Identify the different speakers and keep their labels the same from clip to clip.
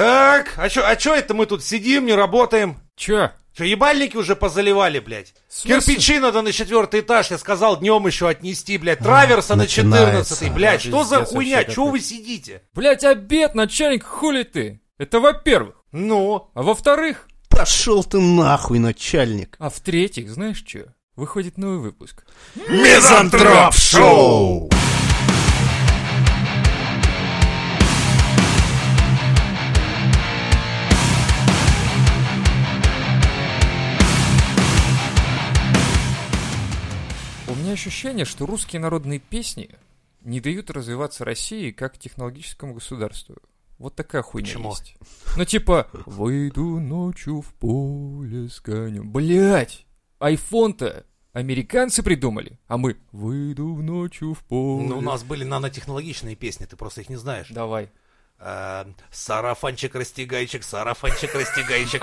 Speaker 1: Так, а чё, а чё это мы тут сидим, не работаем?
Speaker 2: Чё?
Speaker 1: Чё, ебальники уже позаливали, блядь?
Speaker 2: смысле?
Speaker 1: Кирпичи надо на четвертый этаж, я сказал, днем еще отнести, блядь. Траверса на
Speaker 3: начинается.
Speaker 1: 14 блядь. Что за
Speaker 2: Пиздец
Speaker 1: хуйня?
Speaker 2: вообще
Speaker 1: Чего
Speaker 2: какой-то.
Speaker 1: вы сидите?
Speaker 2: Блять, обед, начальник, хули ты? Это во-первых.
Speaker 1: Ну,
Speaker 2: А во-вторых,
Speaker 3: Пошел ты нахуй, начальник.
Speaker 2: а в-третьих, знаешь чё? Выходит новый выпуск.
Speaker 3: Мизантроп Шоу!
Speaker 2: У меня ощущение, что русские народные песни не дают развиваться России как технологическому государству. Вот такая хуйня
Speaker 1: Почему?
Speaker 2: есть. Ну типа, выйду ночью в поле с конем. Блять, айфон-то американцы придумали, а мы выйду ночью в поле.
Speaker 1: ну, у нас были нанотехнологичные песни, ты просто их не знаешь.
Speaker 2: Давай.
Speaker 1: Э, Сарафанчик, растягайчик, сарафанчик, растягайчик.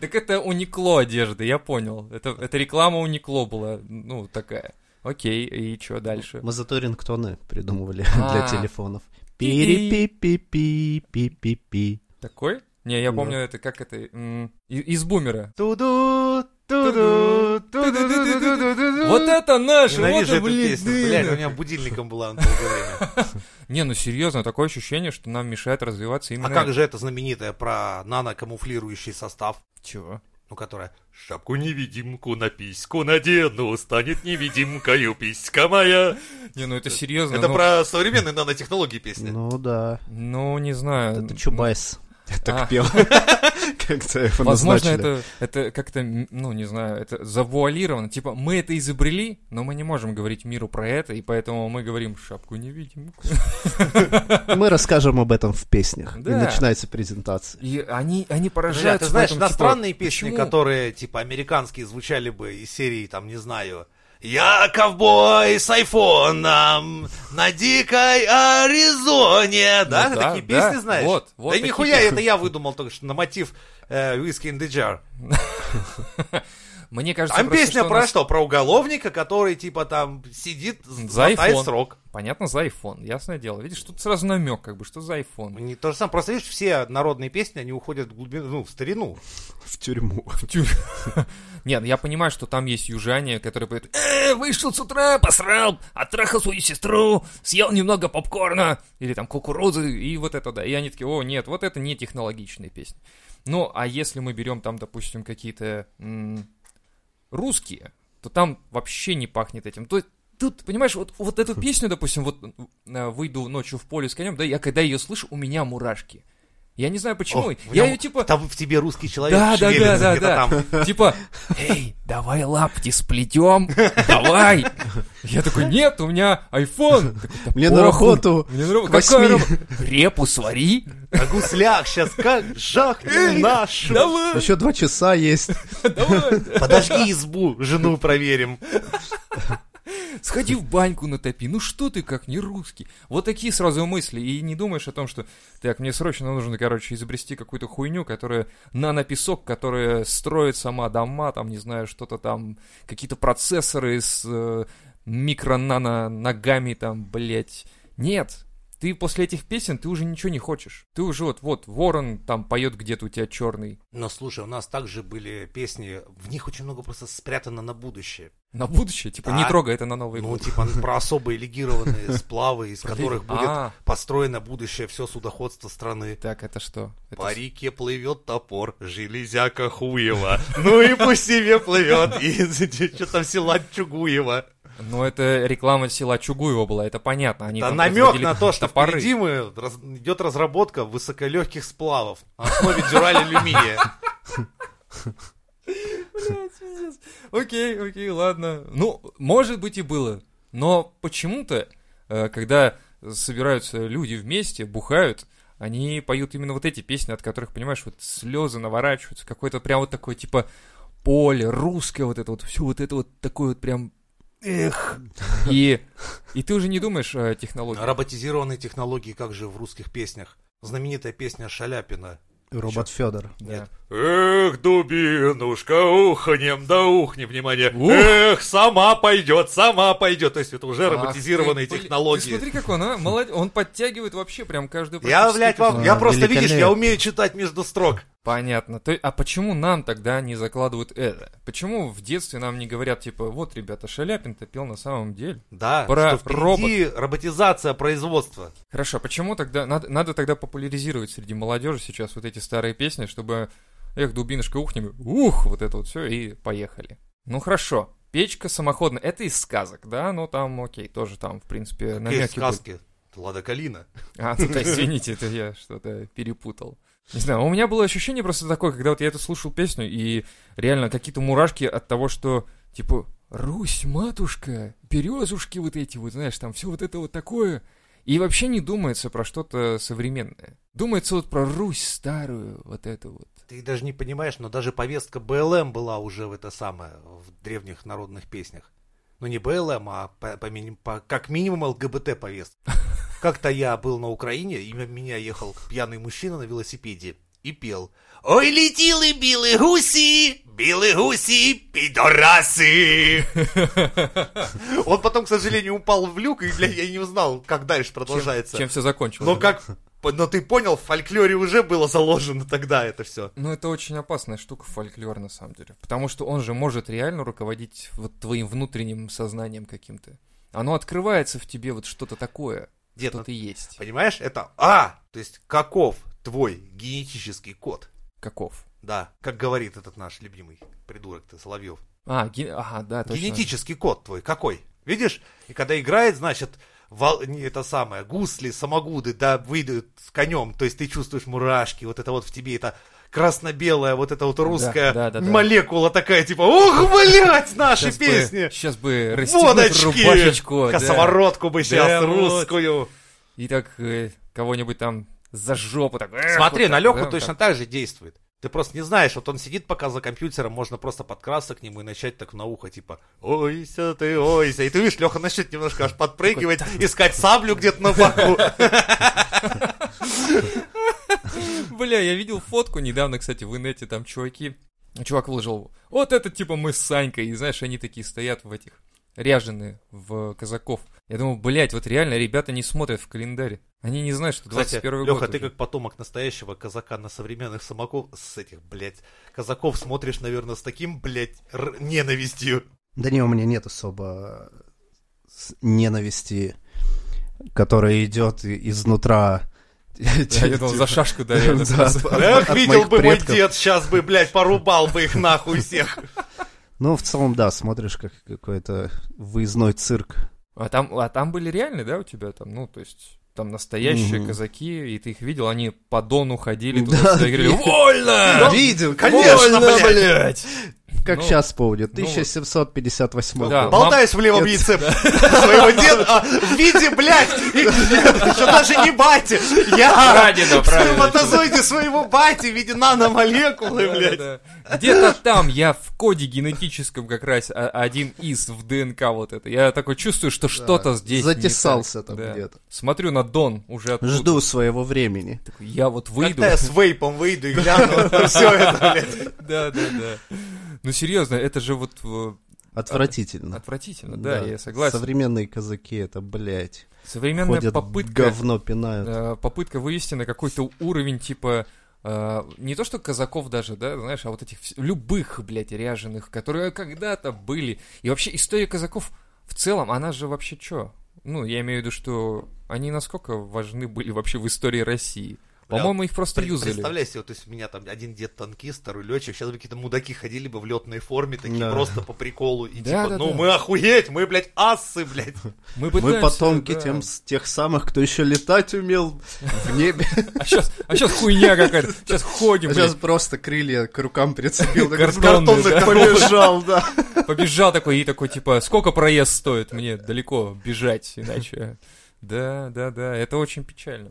Speaker 2: Так это уникло одежда, я понял. Это, это реклама уникло была, ну, такая. Окей, и что дальше?
Speaker 3: Мы зато рингтоны придумывали
Speaker 2: А.
Speaker 3: для телефонов.
Speaker 2: Пи-пи.
Speaker 3: Пи-пи-пи-пи-пи-пи.
Speaker 2: Такой? Не, я
Speaker 3: Да.
Speaker 2: помню, это как это... м, и- Из бумера.
Speaker 3: Туду,
Speaker 2: туду,
Speaker 3: туду,
Speaker 2: Вот это наше, вот
Speaker 1: Ненавижу
Speaker 2: это,
Speaker 1: эту
Speaker 2: блин,
Speaker 1: песню,
Speaker 2: дыня.
Speaker 1: блядь, у меня будильником была на долгое время.
Speaker 2: Не, ну серьезно, такое ощущение, что нам мешает развиваться именно...
Speaker 1: А как же это знаменитое про нанокамуфлирующий состав?
Speaker 2: Чего?
Speaker 1: Ну, которая
Speaker 4: Шапку-невидимку на письку надену, станет невидимкою писька моя.
Speaker 2: Не, ну это серьезно.
Speaker 1: Это
Speaker 2: ну,
Speaker 1: про современные нанотехнологии песни.
Speaker 3: Ну да.
Speaker 2: ну, не знаю.
Speaker 3: Это Чубайс.
Speaker 2: А.
Speaker 3: Так пел. Как-то его
Speaker 2: Возможно,
Speaker 3: назначили.
Speaker 2: это, это как-то, м, ну, не знаю, это завуалировано. Типа, мы это изобрели, но мы не можем говорить миру про это, и поэтому мы говорим шапку невидимку.
Speaker 3: Мы расскажем об этом в песнях. И
Speaker 2: Да.
Speaker 3: начинается презентация.
Speaker 2: И они, они
Speaker 1: Подожди,
Speaker 2: поражаются.
Speaker 1: а ты знаешь,
Speaker 2: поэтому, типа,
Speaker 1: иностранные песни,
Speaker 2: почему?
Speaker 1: которые, типа, американские звучали бы из серии, там, не знаю, «Я ковбой с айфоном на дикой Аризоне», да?
Speaker 2: Ну
Speaker 1: Ты
Speaker 2: да,
Speaker 1: такие
Speaker 2: да,
Speaker 1: песни знаешь?
Speaker 2: вот, вот
Speaker 1: да
Speaker 2: такие
Speaker 1: нихуя,
Speaker 2: песни.
Speaker 1: это я выдумал только что на мотив «Виски in the Jar».
Speaker 2: Мне кажется,
Speaker 1: Там
Speaker 2: просто,
Speaker 1: песня
Speaker 2: что у
Speaker 1: про
Speaker 2: нас-
Speaker 1: что? Про уголовника, который, типа, там сидит,
Speaker 2: За
Speaker 1: мотает
Speaker 2: iPhone.
Speaker 1: срок.
Speaker 2: Понятно, за iPhone, ясное дело. Видишь, тут сразу намек, как бы, что за iPhone.
Speaker 1: Не то же самое, просто видишь, все народные песни, они уходят в глубину, ну, в старину.
Speaker 3: В тюрьму.
Speaker 2: Нет, я понимаю, что там есть южане, которые поют «Э, вышел с утра, посрал, оттрахал свою сестру, съел немного попкорна» или там кукурузы и вот это, да. И они такие «О, нет, вот это не технологичные песни». Ну, а если мы берем там, допустим, какие-то м, русские, то там вообще не пахнет этим. То есть Тут, понимаешь, вот, вот эту песню, допустим, вот э, выйду ночью в поле с конем, да, я когда ее слышу, у меня мурашки. Я не знаю почему.
Speaker 1: О, в
Speaker 2: я
Speaker 1: нем-
Speaker 2: ее типа.
Speaker 1: Там в тебе русский человек
Speaker 2: Да, да, да,
Speaker 1: шевелится
Speaker 2: да,
Speaker 1: где-то
Speaker 2: да.
Speaker 1: там.
Speaker 2: Типа, эй, давай лапти сплетем, давай. Я такой, нет, у меня iPhone. Такой, «Да
Speaker 3: Мне на
Speaker 2: похуй,
Speaker 3: работу
Speaker 2: Мне на работу.
Speaker 3: к восьми».
Speaker 2: Какая работа? Репу свари.
Speaker 1: А гуслях сейчас как жахнул нашу.
Speaker 2: Давай,
Speaker 3: Еще два часа есть.
Speaker 2: давай.
Speaker 1: Подожди избу, жену проверим.
Speaker 2: Сходи в баньку натопи. Ну что ты как не русский? Вот такие сразу мысли. И не думаешь о том, что так, мне срочно нужно, короче, изобрести какую-то хуйню, которая нанопесок, которая строит сама дома, там, не знаю, что-то там, какие-то процессоры с э, микро-нано-ногами там, блять. Нет, ты после этих песен, ты уже ничего не хочешь. Ты уже вот, вот, ворон там поет где-то у тебя черный.
Speaker 1: Но слушай, у нас также были песни, в них очень много просто спрятано на будущее.
Speaker 2: На будущее, типа, не
Speaker 1: Да.
Speaker 2: трогай это на новый
Speaker 1: Ну,
Speaker 2: год.
Speaker 1: типа про особые легированные сплавы, из которых будет
Speaker 2: А,
Speaker 1: построено будущее все судоходство страны.
Speaker 2: так, это что? Это
Speaker 1: По реке плывет топор, железяка Хуева. Ну и пусть себе плывет, и что там села Чугуева.
Speaker 2: Ну, это реклама села Чугуева была, это понятно. Они
Speaker 1: Да
Speaker 2: там
Speaker 1: намек
Speaker 2: производили
Speaker 1: на то, что
Speaker 2: топоры.
Speaker 1: впереди мы раз- идет разработка высоколегких сплавов на основе дюраль алюминия.
Speaker 2: Окей, окей, ладно. Ну, может быть и было. Но почему-то, э, когда собираются люди вместе, бухают, они поют именно вот эти песни, от которых, понимаешь, вот слезы наворачиваются. Какое-то прям вот такое, типа, поле, русское вот это вот, все вот это вот такое вот прям... Эх. И, и ты уже не думаешь о технологии.
Speaker 1: Роботизированные технологии, как же в русских песнях. Знаменитая песня Шаляпина.
Speaker 3: Робот Федор.
Speaker 2: Да.
Speaker 1: Нет.
Speaker 4: Эх, дубинушка, ухнем, да ухни, внимание.
Speaker 2: Ух.
Speaker 4: Эх, сама пойдет, сама пойдет. То есть это уже
Speaker 2: Ах
Speaker 4: роботизированные
Speaker 2: ты, блин,
Speaker 4: технологии.
Speaker 2: Ты смотри, как он, а, молодец, он подтягивает вообще прям каждую
Speaker 1: Я,
Speaker 2: практически
Speaker 1: блядь, вам,
Speaker 3: А,
Speaker 1: я просто, видишь, я
Speaker 3: великолепно.
Speaker 1: умею читать между строк.
Speaker 2: Понятно. То, а почему нам тогда не закладывают это? Почему в детстве нам не говорят, типа, вот, ребята, Шаляпин-то пел на самом деле?
Speaker 1: Да, что
Speaker 2: Про
Speaker 1: впереди роботизация производства.
Speaker 2: Хорошо, почему тогда... Надо, надо тогда популяризировать среди молодежи сейчас вот эти старые песни, чтобы... Эх, дубинушка ухнем, ух, вот это вот все, и поехали. Ну хорошо, печка самоходная, это из сказок, да, ну там, окей, тоже там, в принципе,
Speaker 1: Какие
Speaker 2: намеки были.
Speaker 1: сказки? Лада Калина.
Speaker 2: А, ну да, извините, это я что-то перепутал. Не знаю, у меня было ощущение просто такое, когда вот я эту слушал песню, и реально какие-то мурашки от того, что, типа, Русь, матушка, березушки вот эти, вот знаешь, там все вот это вот такое. И вообще не думается про что-то современное. Думается вот про Русь старую, вот эту вот.
Speaker 1: Ты даже не понимаешь, но даже повестка БЛМ была уже в это самое, в древних народных песнях. Ну не БЛМ, а по- по мини- по- как минимум ЛГБТ-повестка. Как-то я был на Украине, и мимо меня ехал пьяный мужчина на велосипеде и пел. Ой, летіли білі гусі, білі гусі, підораси. Он потом, к сожалению, упал в люк, и бля, я не узнал, как дальше продолжается.
Speaker 2: Чем все закончилось.
Speaker 1: Но как... Но ты понял, в фольклоре уже было заложено тогда это все.
Speaker 2: Ну, это очень опасная штука, фольклор, на самом деле. Потому что он же может реально руководить вот твоим внутренним сознанием каким-то. Оно открывается в тебе вот что-то такое,
Speaker 1: Дед,
Speaker 2: что
Speaker 1: ну,
Speaker 2: ты есть.
Speaker 1: понимаешь, это А, то есть каков твой генетический код?
Speaker 2: Каков?
Speaker 1: Да, как говорит этот наш любимый придурок-то, Соловьев.
Speaker 2: А, ге- ага, да, точно.
Speaker 1: Генетический код твой какой? Видишь? И когда играет, значит, вол- не это самое, гусли, самогуды, да, выйдут с конем, то есть ты чувствуешь мурашки, вот это вот в тебе, это красно-белая, вот эта вот русская
Speaker 2: да, да, да.
Speaker 1: молекула такая, типа, ух, блядь, наши
Speaker 2: Сейчас бы-
Speaker 1: песни!
Speaker 2: Сейчас бы расстегнуть рубашечку.
Speaker 1: Водочки!
Speaker 2: да.
Speaker 1: Косоворотку бы
Speaker 2: Да
Speaker 1: сейчас
Speaker 2: вот.
Speaker 1: русскую.
Speaker 2: И так э, кого-нибудь там за жопу так... эх,
Speaker 1: Смотри,
Speaker 2: вот
Speaker 1: на
Speaker 2: так,
Speaker 1: Леху
Speaker 2: да, вот
Speaker 1: точно
Speaker 2: так.
Speaker 1: так же действует. Ты просто не знаешь, вот он сидит пока за компьютером, можно просто подкрасться к нему и начать так на ухо, типа, ойся ты, ойся. И ты видишь, Леха начнет немножко аж подпрыгивать, искать саблю где-то на боку.
Speaker 2: Бля, я видел фотку недавно, кстати, в инете, там чуваки... Чувак выложил, вот это типа мы с Санькой, и знаешь, они такие стоят в этих ряженые в казаков. Я думаю, блядь, вот реально ребята не смотрят в календарь. Они не знают, что
Speaker 1: Кстати,
Speaker 2: 21
Speaker 1: Леха,
Speaker 2: год
Speaker 1: ты
Speaker 2: уже.
Speaker 1: как потомок настоящего казака на современных самаков, с этих, блядь, казаков смотришь, наверное, с таким, блядь, р- ненавистью.
Speaker 3: Да не, у меня нет особо э, с- ненависти, которая идет и- изнутра. Типа,
Speaker 2: Да, я думал, за шашку
Speaker 3: Да,
Speaker 2: дают.
Speaker 3: от- от-
Speaker 1: Эх,
Speaker 3: от
Speaker 1: видел
Speaker 3: моих
Speaker 1: бы мой
Speaker 3: предков.
Speaker 1: дед, сейчас бы, блядь, порубал бы их нахуй всех.
Speaker 3: Ну, в целом, да, смотришь, как какой-то выездной цирк.
Speaker 2: А там, а там были реальные, да, у тебя там, ну, то есть, там настоящие
Speaker 3: Мгм.
Speaker 2: казаки, и ты их видел, они по дону ходили
Speaker 3: Да.
Speaker 2: туда-сюда и говорили «Вольно!»
Speaker 3: Видел,
Speaker 1: Конечно,
Speaker 3: больно,
Speaker 1: блядь.
Speaker 3: Ну, Как
Speaker 2: Ну,
Speaker 3: сейчас помню,
Speaker 2: ну вот.
Speaker 3: 1758
Speaker 2: Да,
Speaker 3: год.
Speaker 1: Болтаюсь в левом
Speaker 3: Нет.
Speaker 1: яйце своего деда а, в виде, блядь, и- что даже не бати.
Speaker 3: А,
Speaker 1: Я
Speaker 2: Прадеда,
Speaker 1: в
Speaker 2: правильно.
Speaker 1: сперматозоиде своего бати в виде наномолекулы, блядь.
Speaker 2: Да-да-да. Где-то там я в коде генетическом как раз а- один из в ДНК вот это. Я такой чувствую, что что-то здесь не так.
Speaker 3: Затесался там
Speaker 2: Да.
Speaker 3: где-то.
Speaker 2: Смотрю на Дон уже оттуда.
Speaker 3: Жду своего времени.
Speaker 2: Такой, Я вот выйду.
Speaker 1: Когда я с вейпом выйду и гляну на все это, блядь.
Speaker 2: Да, да, да. Ну серьезно, это же вот э,
Speaker 3: Отвратительно.
Speaker 2: отвратительно, да, я согласен.
Speaker 3: Современные казаки это, блядь,
Speaker 2: Современная
Speaker 3: ходят
Speaker 2: попытка
Speaker 3: говно пинают.
Speaker 2: э, попытка вывести на какой-то уровень, типа, э, не то что казаков даже, да, знаешь, а вот этих вс- любых, блядь, ряженых, которые когда-то были. И вообще история казаков в целом, она же вообще чё? Ну, я имею в виду, что они насколько важны были вообще в истории России.
Speaker 1: Бля,
Speaker 2: По-моему, их просто юзали.
Speaker 1: Представляй себе, то есть у меня там один дед танкист, второй летчик, сейчас бы какие-то мудаки ходили бы в летной форме, такие
Speaker 3: Да.
Speaker 1: просто по приколу, и
Speaker 2: Да,
Speaker 1: типа,
Speaker 2: да,
Speaker 1: ну
Speaker 2: да.
Speaker 1: мы охуеть, мы, блядь, ассы, блядь.
Speaker 2: Мы,
Speaker 3: Мы
Speaker 2: пытаемся,
Speaker 3: потомки
Speaker 2: да.
Speaker 3: тем с- тех самых, кто еще летать умел в небе.
Speaker 2: А сейчас, а щас хуйня какая-то. Сейчас ходим,
Speaker 3: А сейчас
Speaker 2: блядь,
Speaker 3: просто крылья к рукам прицепил. так
Speaker 2: Картонные, да.
Speaker 3: Побежал, да.
Speaker 2: побежал такой и такой, типа, сколько проезд стоит мне далеко бежать, иначе. Да, да, да, это очень печально.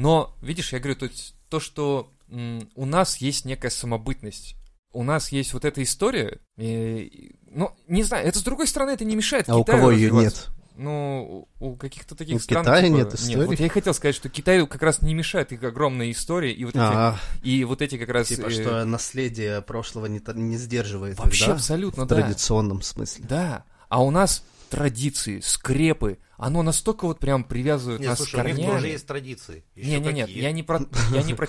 Speaker 2: Но, видишь, я говорю, то, есть то что м, у нас есть некая самобытность. У нас есть вот эта история, и- и- ну, не знаю, это с другой стороны, это не мешает
Speaker 3: А у
Speaker 2: Китаю
Speaker 3: кого ее
Speaker 2: развиваться.
Speaker 3: нет?
Speaker 2: Ну, у у каких-то таких
Speaker 3: У
Speaker 2: стран...
Speaker 3: Китая
Speaker 2: типа-
Speaker 3: нет историй?
Speaker 2: вот я и хотел сказать, что Китаю как раз не мешает их огромная история, и вот эти,
Speaker 3: А,
Speaker 2: и вот эти как раз...
Speaker 3: типа,
Speaker 2: э,
Speaker 3: что наследие прошлого не, та- не сдерживает их,
Speaker 2: Вообще
Speaker 3: да?
Speaker 2: абсолютно,
Speaker 3: В
Speaker 2: да.
Speaker 3: традиционном смысле.
Speaker 2: Да, а у нас традиции, скрепы, оно настолько вот прям привязывает
Speaker 1: Не,
Speaker 2: нас
Speaker 1: слушай,
Speaker 2: к
Speaker 1: у них
Speaker 2: корням.
Speaker 1: тоже есть традиции. Еще
Speaker 2: Не, не, нет,
Speaker 1: какие.
Speaker 2: я не про, я не про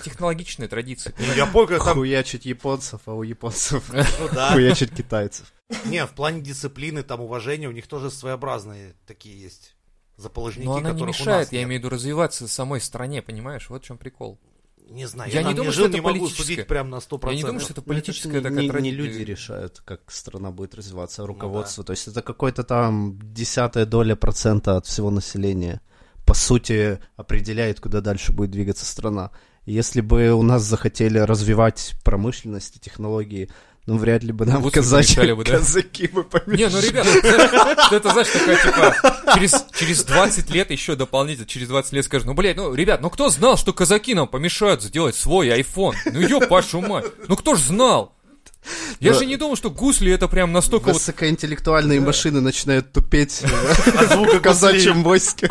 Speaker 2: технологичные традиции.
Speaker 1: Ну, Я понял, там...
Speaker 3: Хуячить японцев, а у японцев
Speaker 1: Ну да.
Speaker 3: хуячить китайцев.
Speaker 1: Не, в плане дисциплины, там уважения, у них тоже своеобразные такие есть заположники,
Speaker 2: Но она не
Speaker 1: которых у
Speaker 2: мешает,
Speaker 1: нас
Speaker 2: я
Speaker 1: нет.
Speaker 2: имею в виду, развиваться самой стране, понимаешь? Вот в чем прикол.
Speaker 1: Не знаю,
Speaker 2: Я
Speaker 1: я,
Speaker 2: не
Speaker 1: там
Speaker 2: думаю,
Speaker 1: жил,
Speaker 2: что это
Speaker 1: не могу
Speaker 2: политическое.
Speaker 1: судить прям на 100%.
Speaker 2: Я не думаю, что это
Speaker 3: Ну, это ж
Speaker 2: политическая
Speaker 3: не-
Speaker 2: такая Ну
Speaker 3: не,
Speaker 2: тради-
Speaker 3: не люди
Speaker 2: э,
Speaker 3: решают, как страна будет развиваться, а
Speaker 1: да.
Speaker 3: руководство. То есть это какой-то там десятая доля процента от всего населения, по сути, определяет, куда дальше будет двигаться страна. И Если бы у нас захотели развивать промышленность и технологии, ну, вряд ли бы нам
Speaker 2: Вот
Speaker 3: казачи-
Speaker 2: решали бы, да?
Speaker 3: казаки бы помешали.
Speaker 2: Не, ну, ребята, это, это, знаешь, такая, типа, через, через 20 лет еще дополнительно, через 20 лет скажешь, ну, блядь, ну, ребят, ну, кто знал, что казаки нам помешают сделать свой iPhone? Ну, ёб вашу мать, ну, кто ж знал? Я
Speaker 3: Да.
Speaker 2: же не думал, что гусли это прям настолько вот...
Speaker 3: Высокоинтеллектуальные
Speaker 2: Да.
Speaker 3: машины начинают тупеть в
Speaker 1: звука
Speaker 3: казачьем войске.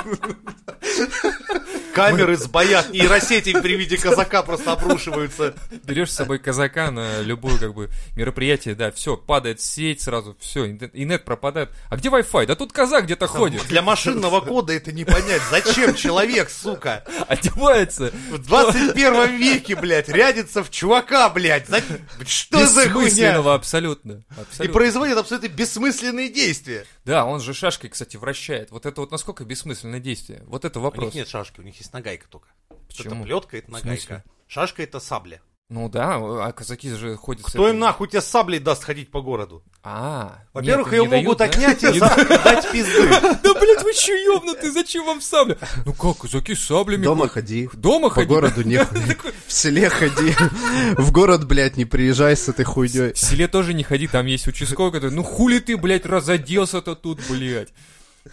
Speaker 1: Камеры с боя, нейросети при виде казака просто обрушиваются.
Speaker 2: Берешь с собой казака на любое, как бы, мероприятие, да, все, падает сеть сразу, все, инет пропадает. А где Wi-Fi? Да тут казак где-то ходит,
Speaker 1: Для машинного кода это не понять. Зачем человек, сука,
Speaker 2: одевается.
Speaker 1: в 21 веке, блядь, рядится в чувака, блядь? За- Что за хуйня?
Speaker 2: Бессмысленного абсолютно.
Speaker 1: И
Speaker 2: абсолютно.
Speaker 1: производит абсолютно бессмысленные действия.
Speaker 2: Да, он же шашкой, кстати, вращает. Вот это вот насколько бессмысленное действие? Вот это
Speaker 1: У них
Speaker 2: вопрос.
Speaker 1: нет шашки, у них есть нагайка только. Это
Speaker 2: Почему?
Speaker 1: плетка, это
Speaker 2: смысле?
Speaker 1: нагайка. Шашка это сабля.
Speaker 2: Ну да, а казаки же ходят... с
Speaker 1: Кто
Speaker 2: этой-
Speaker 1: им нахуй тебе с саблей даст ходить по городу?
Speaker 2: А,
Speaker 1: Во-первых,
Speaker 2: нет,
Speaker 1: ее
Speaker 2: не дают,
Speaker 1: могут
Speaker 2: да?
Speaker 1: отнять и
Speaker 2: Не
Speaker 1: завтра дать пизды.
Speaker 2: Да, блядь, вы чё ёбнутые, зачем вам сабля? Ну как, казаки с саблями...
Speaker 3: Дома
Speaker 2: ходят?
Speaker 3: ходи.
Speaker 2: Дома
Speaker 3: По
Speaker 2: ходить?
Speaker 3: городу не ходи. В селе ходи. В город, блядь, не приезжай с этой хуйней.
Speaker 2: В селе тоже не ходи, там есть участковый, который, ну хули ты, блядь, разоделся-то тут, блядь.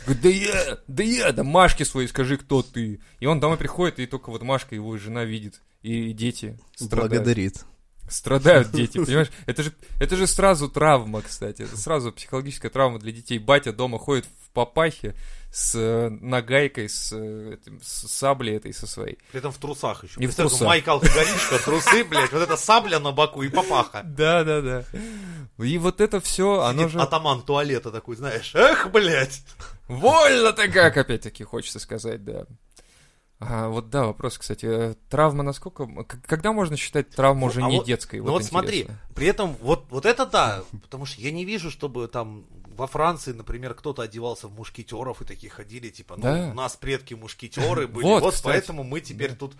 Speaker 2: Говорит, Да я, да я, да Машке своей скажи, кто ты. И он домой приходит, и только вот Машка, его жена видит, и дети страдают.
Speaker 3: Благодарит.
Speaker 2: Страдают дети, понимаешь? Это же, это же сразу травма, кстати. Это сразу психологическая травма для детей. Батя дома ходит в папахе с э, нагайкой, с, э, этим, с саблей этой со своей.
Speaker 1: При этом в трусах еще.
Speaker 2: И в
Speaker 1: Представь,
Speaker 2: трусах.
Speaker 1: Майка алкоголичка, трусы, блядь, вот эта сабля на боку и папаха.
Speaker 2: Да, да, да. И вот это все, А оно
Speaker 1: Сидит
Speaker 2: же...
Speaker 1: атаман туалета такой, знаешь, эх, блядь.
Speaker 2: Вольно-то как, опять-таки, хочется сказать, да. А, вот да, вопрос, кстати. э, Травма насколько... м- к- Когда можно считать травму уже
Speaker 1: А
Speaker 2: не
Speaker 1: вот-
Speaker 2: детской?
Speaker 1: Ну вот смотри,
Speaker 2: интересно.
Speaker 1: при этом вот, вот это да, потому что я не вижу, чтобы там во Франции, например, кто-то одевался в мушкетеров и такие ходили, типа, ну,
Speaker 2: Да.
Speaker 1: у нас предки мушкетеры были,
Speaker 2: Вот,
Speaker 1: вот,
Speaker 2: кстати.
Speaker 1: поэтому мы теперь тут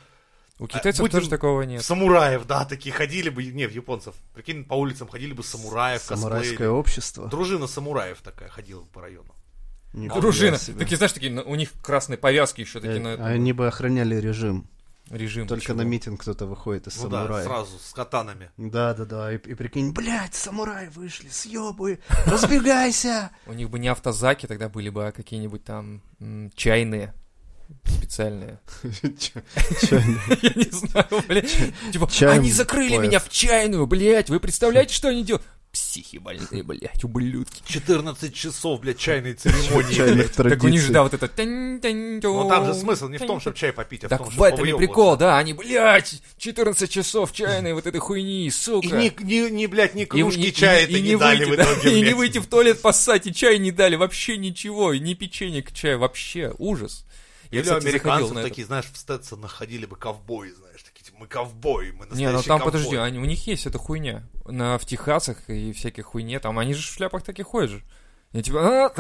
Speaker 2: У китайцев
Speaker 1: а, будем-
Speaker 2: тоже такого нет.
Speaker 1: самураев, да, такие ходили бы, не, в японцев, прикинь, по улицам ходили бы самураев,
Speaker 3: Самурайское
Speaker 1: косплеили.
Speaker 3: общество.
Speaker 1: Дружина самураев такая ходила бы по району.
Speaker 3: Нихуя
Speaker 2: Дружина.
Speaker 3: себе.
Speaker 2: Такие, знаешь, такие, на- у них красные повязки еще такие на
Speaker 3: Э,
Speaker 2: этом
Speaker 3: Они бы охраняли режим.
Speaker 2: режим.
Speaker 3: Только
Speaker 2: чего.
Speaker 3: на митинг кто-то выходит из
Speaker 1: Ну да,
Speaker 3: самурая.
Speaker 1: сразу с катанами.
Speaker 3: Да, да, да. И, и прикинь, блядь, самураи вышли, съебы, разбегайся.
Speaker 2: У них бы не автозаки тогда были бы, а какие-нибудь там м, чайные специальные.
Speaker 3: Чё- чё они?
Speaker 2: Я не знаю, блядь. Типа,
Speaker 3: Чайный
Speaker 2: они закрыли
Speaker 3: поезд.
Speaker 2: меня в чайную, блядь. Вы представляете, что они делают? Психи больные, блядь, ублюдки.
Speaker 1: 14 часов, блядь, чайной церемонии.
Speaker 3: Чайных
Speaker 2: Так у них же,
Speaker 3: традиций.
Speaker 2: да, вот это... Но
Speaker 1: Но Ну, там же смысл не в том, чтобы чай попить, а в
Speaker 2: Так
Speaker 1: том,
Speaker 2: в
Speaker 1: чтобы
Speaker 2: этом и прикол, да, они, блядь, 14 часов чайной вот этой хуйни, сука.
Speaker 1: И не, не, не, блядь, ни
Speaker 2: И-
Speaker 1: кружки
Speaker 2: и-
Speaker 1: чая
Speaker 2: и-
Speaker 1: это
Speaker 2: и
Speaker 1: не, дали
Speaker 2: выйти,
Speaker 1: в
Speaker 2: да,
Speaker 1: итоге,
Speaker 2: И не
Speaker 1: блядь.
Speaker 2: выйти в туалет поссать, и чай не дали, вообще ничего, и ни печенье к чаю, вообще ужас.
Speaker 1: Или
Speaker 2: кстати,
Speaker 1: у
Speaker 2: заходил
Speaker 1: американцев
Speaker 2: на это.
Speaker 1: такие, знаешь, в Стэдсона находили бы ковбои, знаешь, такие, типа, мы ковбои, мы настоящие
Speaker 2: Не, ну там,
Speaker 1: ковбои.
Speaker 2: подожди, они, у них есть эта хуйня. На, в Техасах и всякой хуйне, там, они же в шляпах таких ходят же. И типа...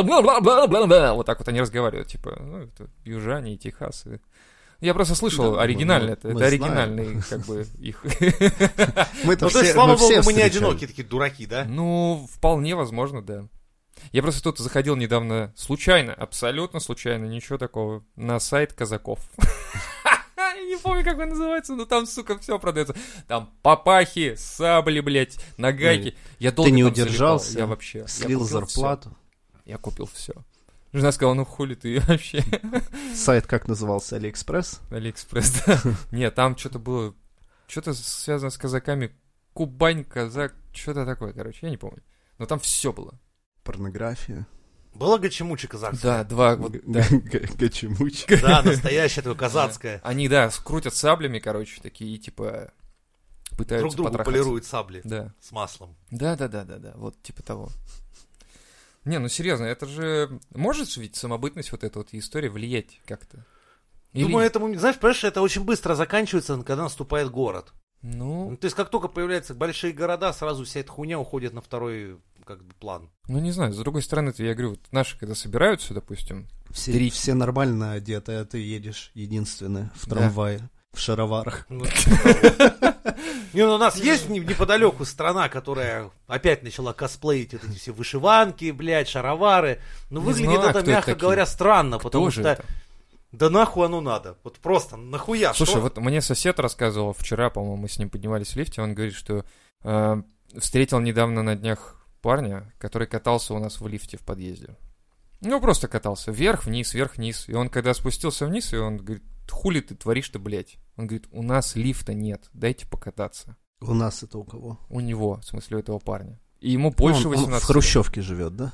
Speaker 2: Вот так вот они разговаривают, типа, ну, это южане и Техасы. Я просто слышал
Speaker 3: Да,
Speaker 2: оригинально,
Speaker 3: мы-
Speaker 2: это,
Speaker 3: мы
Speaker 2: это
Speaker 3: знаем.
Speaker 2: оригинальный, как бы, их...
Speaker 3: Мы-то
Speaker 1: Ну, то есть,
Speaker 3: все-
Speaker 1: слава
Speaker 3: мы
Speaker 1: богу,
Speaker 3: все
Speaker 1: мы не
Speaker 3: встречали.
Speaker 1: одинокие такие дураки, да?
Speaker 2: Ну, вполне возможно, да. Я просто тут заходил недавно случайно, абсолютно случайно, ничего такого, на сайт казаков. Я не помню, как он называется, но там, сука, все продается. Там папахи, сабли, блядь, нагайки. Я долго
Speaker 3: не
Speaker 2: там залипал,
Speaker 3: удержался,
Speaker 2: я вообще... я
Speaker 3: Слил
Speaker 2: купил всё.
Speaker 3: зарплату.
Speaker 2: Я купил все. Жена сказала, ну хули ты вообще,
Speaker 3: Сайт как назывался? Алиэкспресс?
Speaker 2: Алиэкспресс, да. Не, там что-то было, что-то связано с казаками, Кубань, казак, что-то такое, короче, я не помню. Но там все было.
Speaker 3: Порнография.
Speaker 1: Было гачимучи казахское?
Speaker 2: Да, два... вот, да.
Speaker 3: Гачемучка.
Speaker 1: Да, настоящее такое казацкое.
Speaker 2: Они, да, скрутят саблями, короче, такие, и, типа, пытаются
Speaker 1: Друг другу
Speaker 2: типа потрахаться.
Speaker 1: полируют сабли
Speaker 2: Да.
Speaker 1: с маслом.
Speaker 2: Да, да, да, да, да, вот типа того. Не, ну серьезно, это же может же ведь самобытность вот эта вот история влиять как-то? Или
Speaker 1: Думаю,
Speaker 2: нет?
Speaker 1: этому, знаешь, понимаешь, это очень быстро заканчивается, когда наступает город. Ну,
Speaker 2: Ну,
Speaker 1: То есть, как только появляются большие города, сразу вся эта хуйня уходит на второй как бы, план.
Speaker 2: ну не знаю, с другой стороны, это я говорю, вот наши когда собираются, допустим,
Speaker 3: Все,
Speaker 2: Три.
Speaker 3: все нормально одеты, а ты едешь единственный в
Speaker 2: Да.
Speaker 3: трамвае, в шароварах.
Speaker 1: Ну, типа того. Не, ну у нас есть не- неподалеку страна, которая опять начала косплеить вот эти все вышиванки, блядь, шаровары. Ну,
Speaker 2: Не
Speaker 1: выглядит
Speaker 2: знаю,
Speaker 1: это,
Speaker 2: кто это
Speaker 1: мягко
Speaker 2: такие.
Speaker 1: говоря, странно, А потому
Speaker 2: тоже
Speaker 1: что
Speaker 2: это?
Speaker 1: да нахуй оно надо. Вот просто нахуя.
Speaker 2: Слушай,
Speaker 1: А что?
Speaker 2: вот мне сосед рассказывал вчера, по-моему, мы с ним поднимались в лифте, он говорит, что э, встретил недавно на днях парня, который катался у нас в лифте в подъезде. Ну, просто катался вверх-вниз, вверх-вниз. И он, когда спустился вниз, и он говорит, хули ты творишь-то, блядь? Он говорит, у нас лифта нет, дайте покататься.
Speaker 3: У нас это у кого?
Speaker 2: У него, в смысле, у этого парня. И ему больше
Speaker 3: Ну, он- он
Speaker 2: 18
Speaker 3: в Хрущевке живет, да?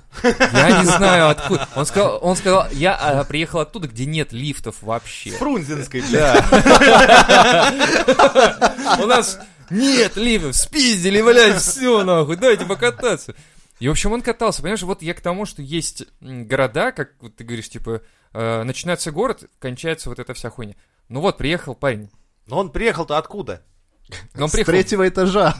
Speaker 2: Я не знаю, откуда. Он сказал, он сказал я а, приехал оттуда, где нет лифтов вообще.
Speaker 1: Фрунзенской, блядь.
Speaker 2: Да. У нас нет лифтов, спиздили, блядь, все нахуй, дайте покататься. И, в общем, он катался, понимаешь, вот я к тому, что есть м, города, как вот ты говоришь, типа, э, начинается город, кончается вот эта вся хуйня. Ну вот, приехал парень.
Speaker 1: Но он приехал-то откуда?
Speaker 2: Но он
Speaker 3: С
Speaker 2: приехал,
Speaker 3: третьего этажа.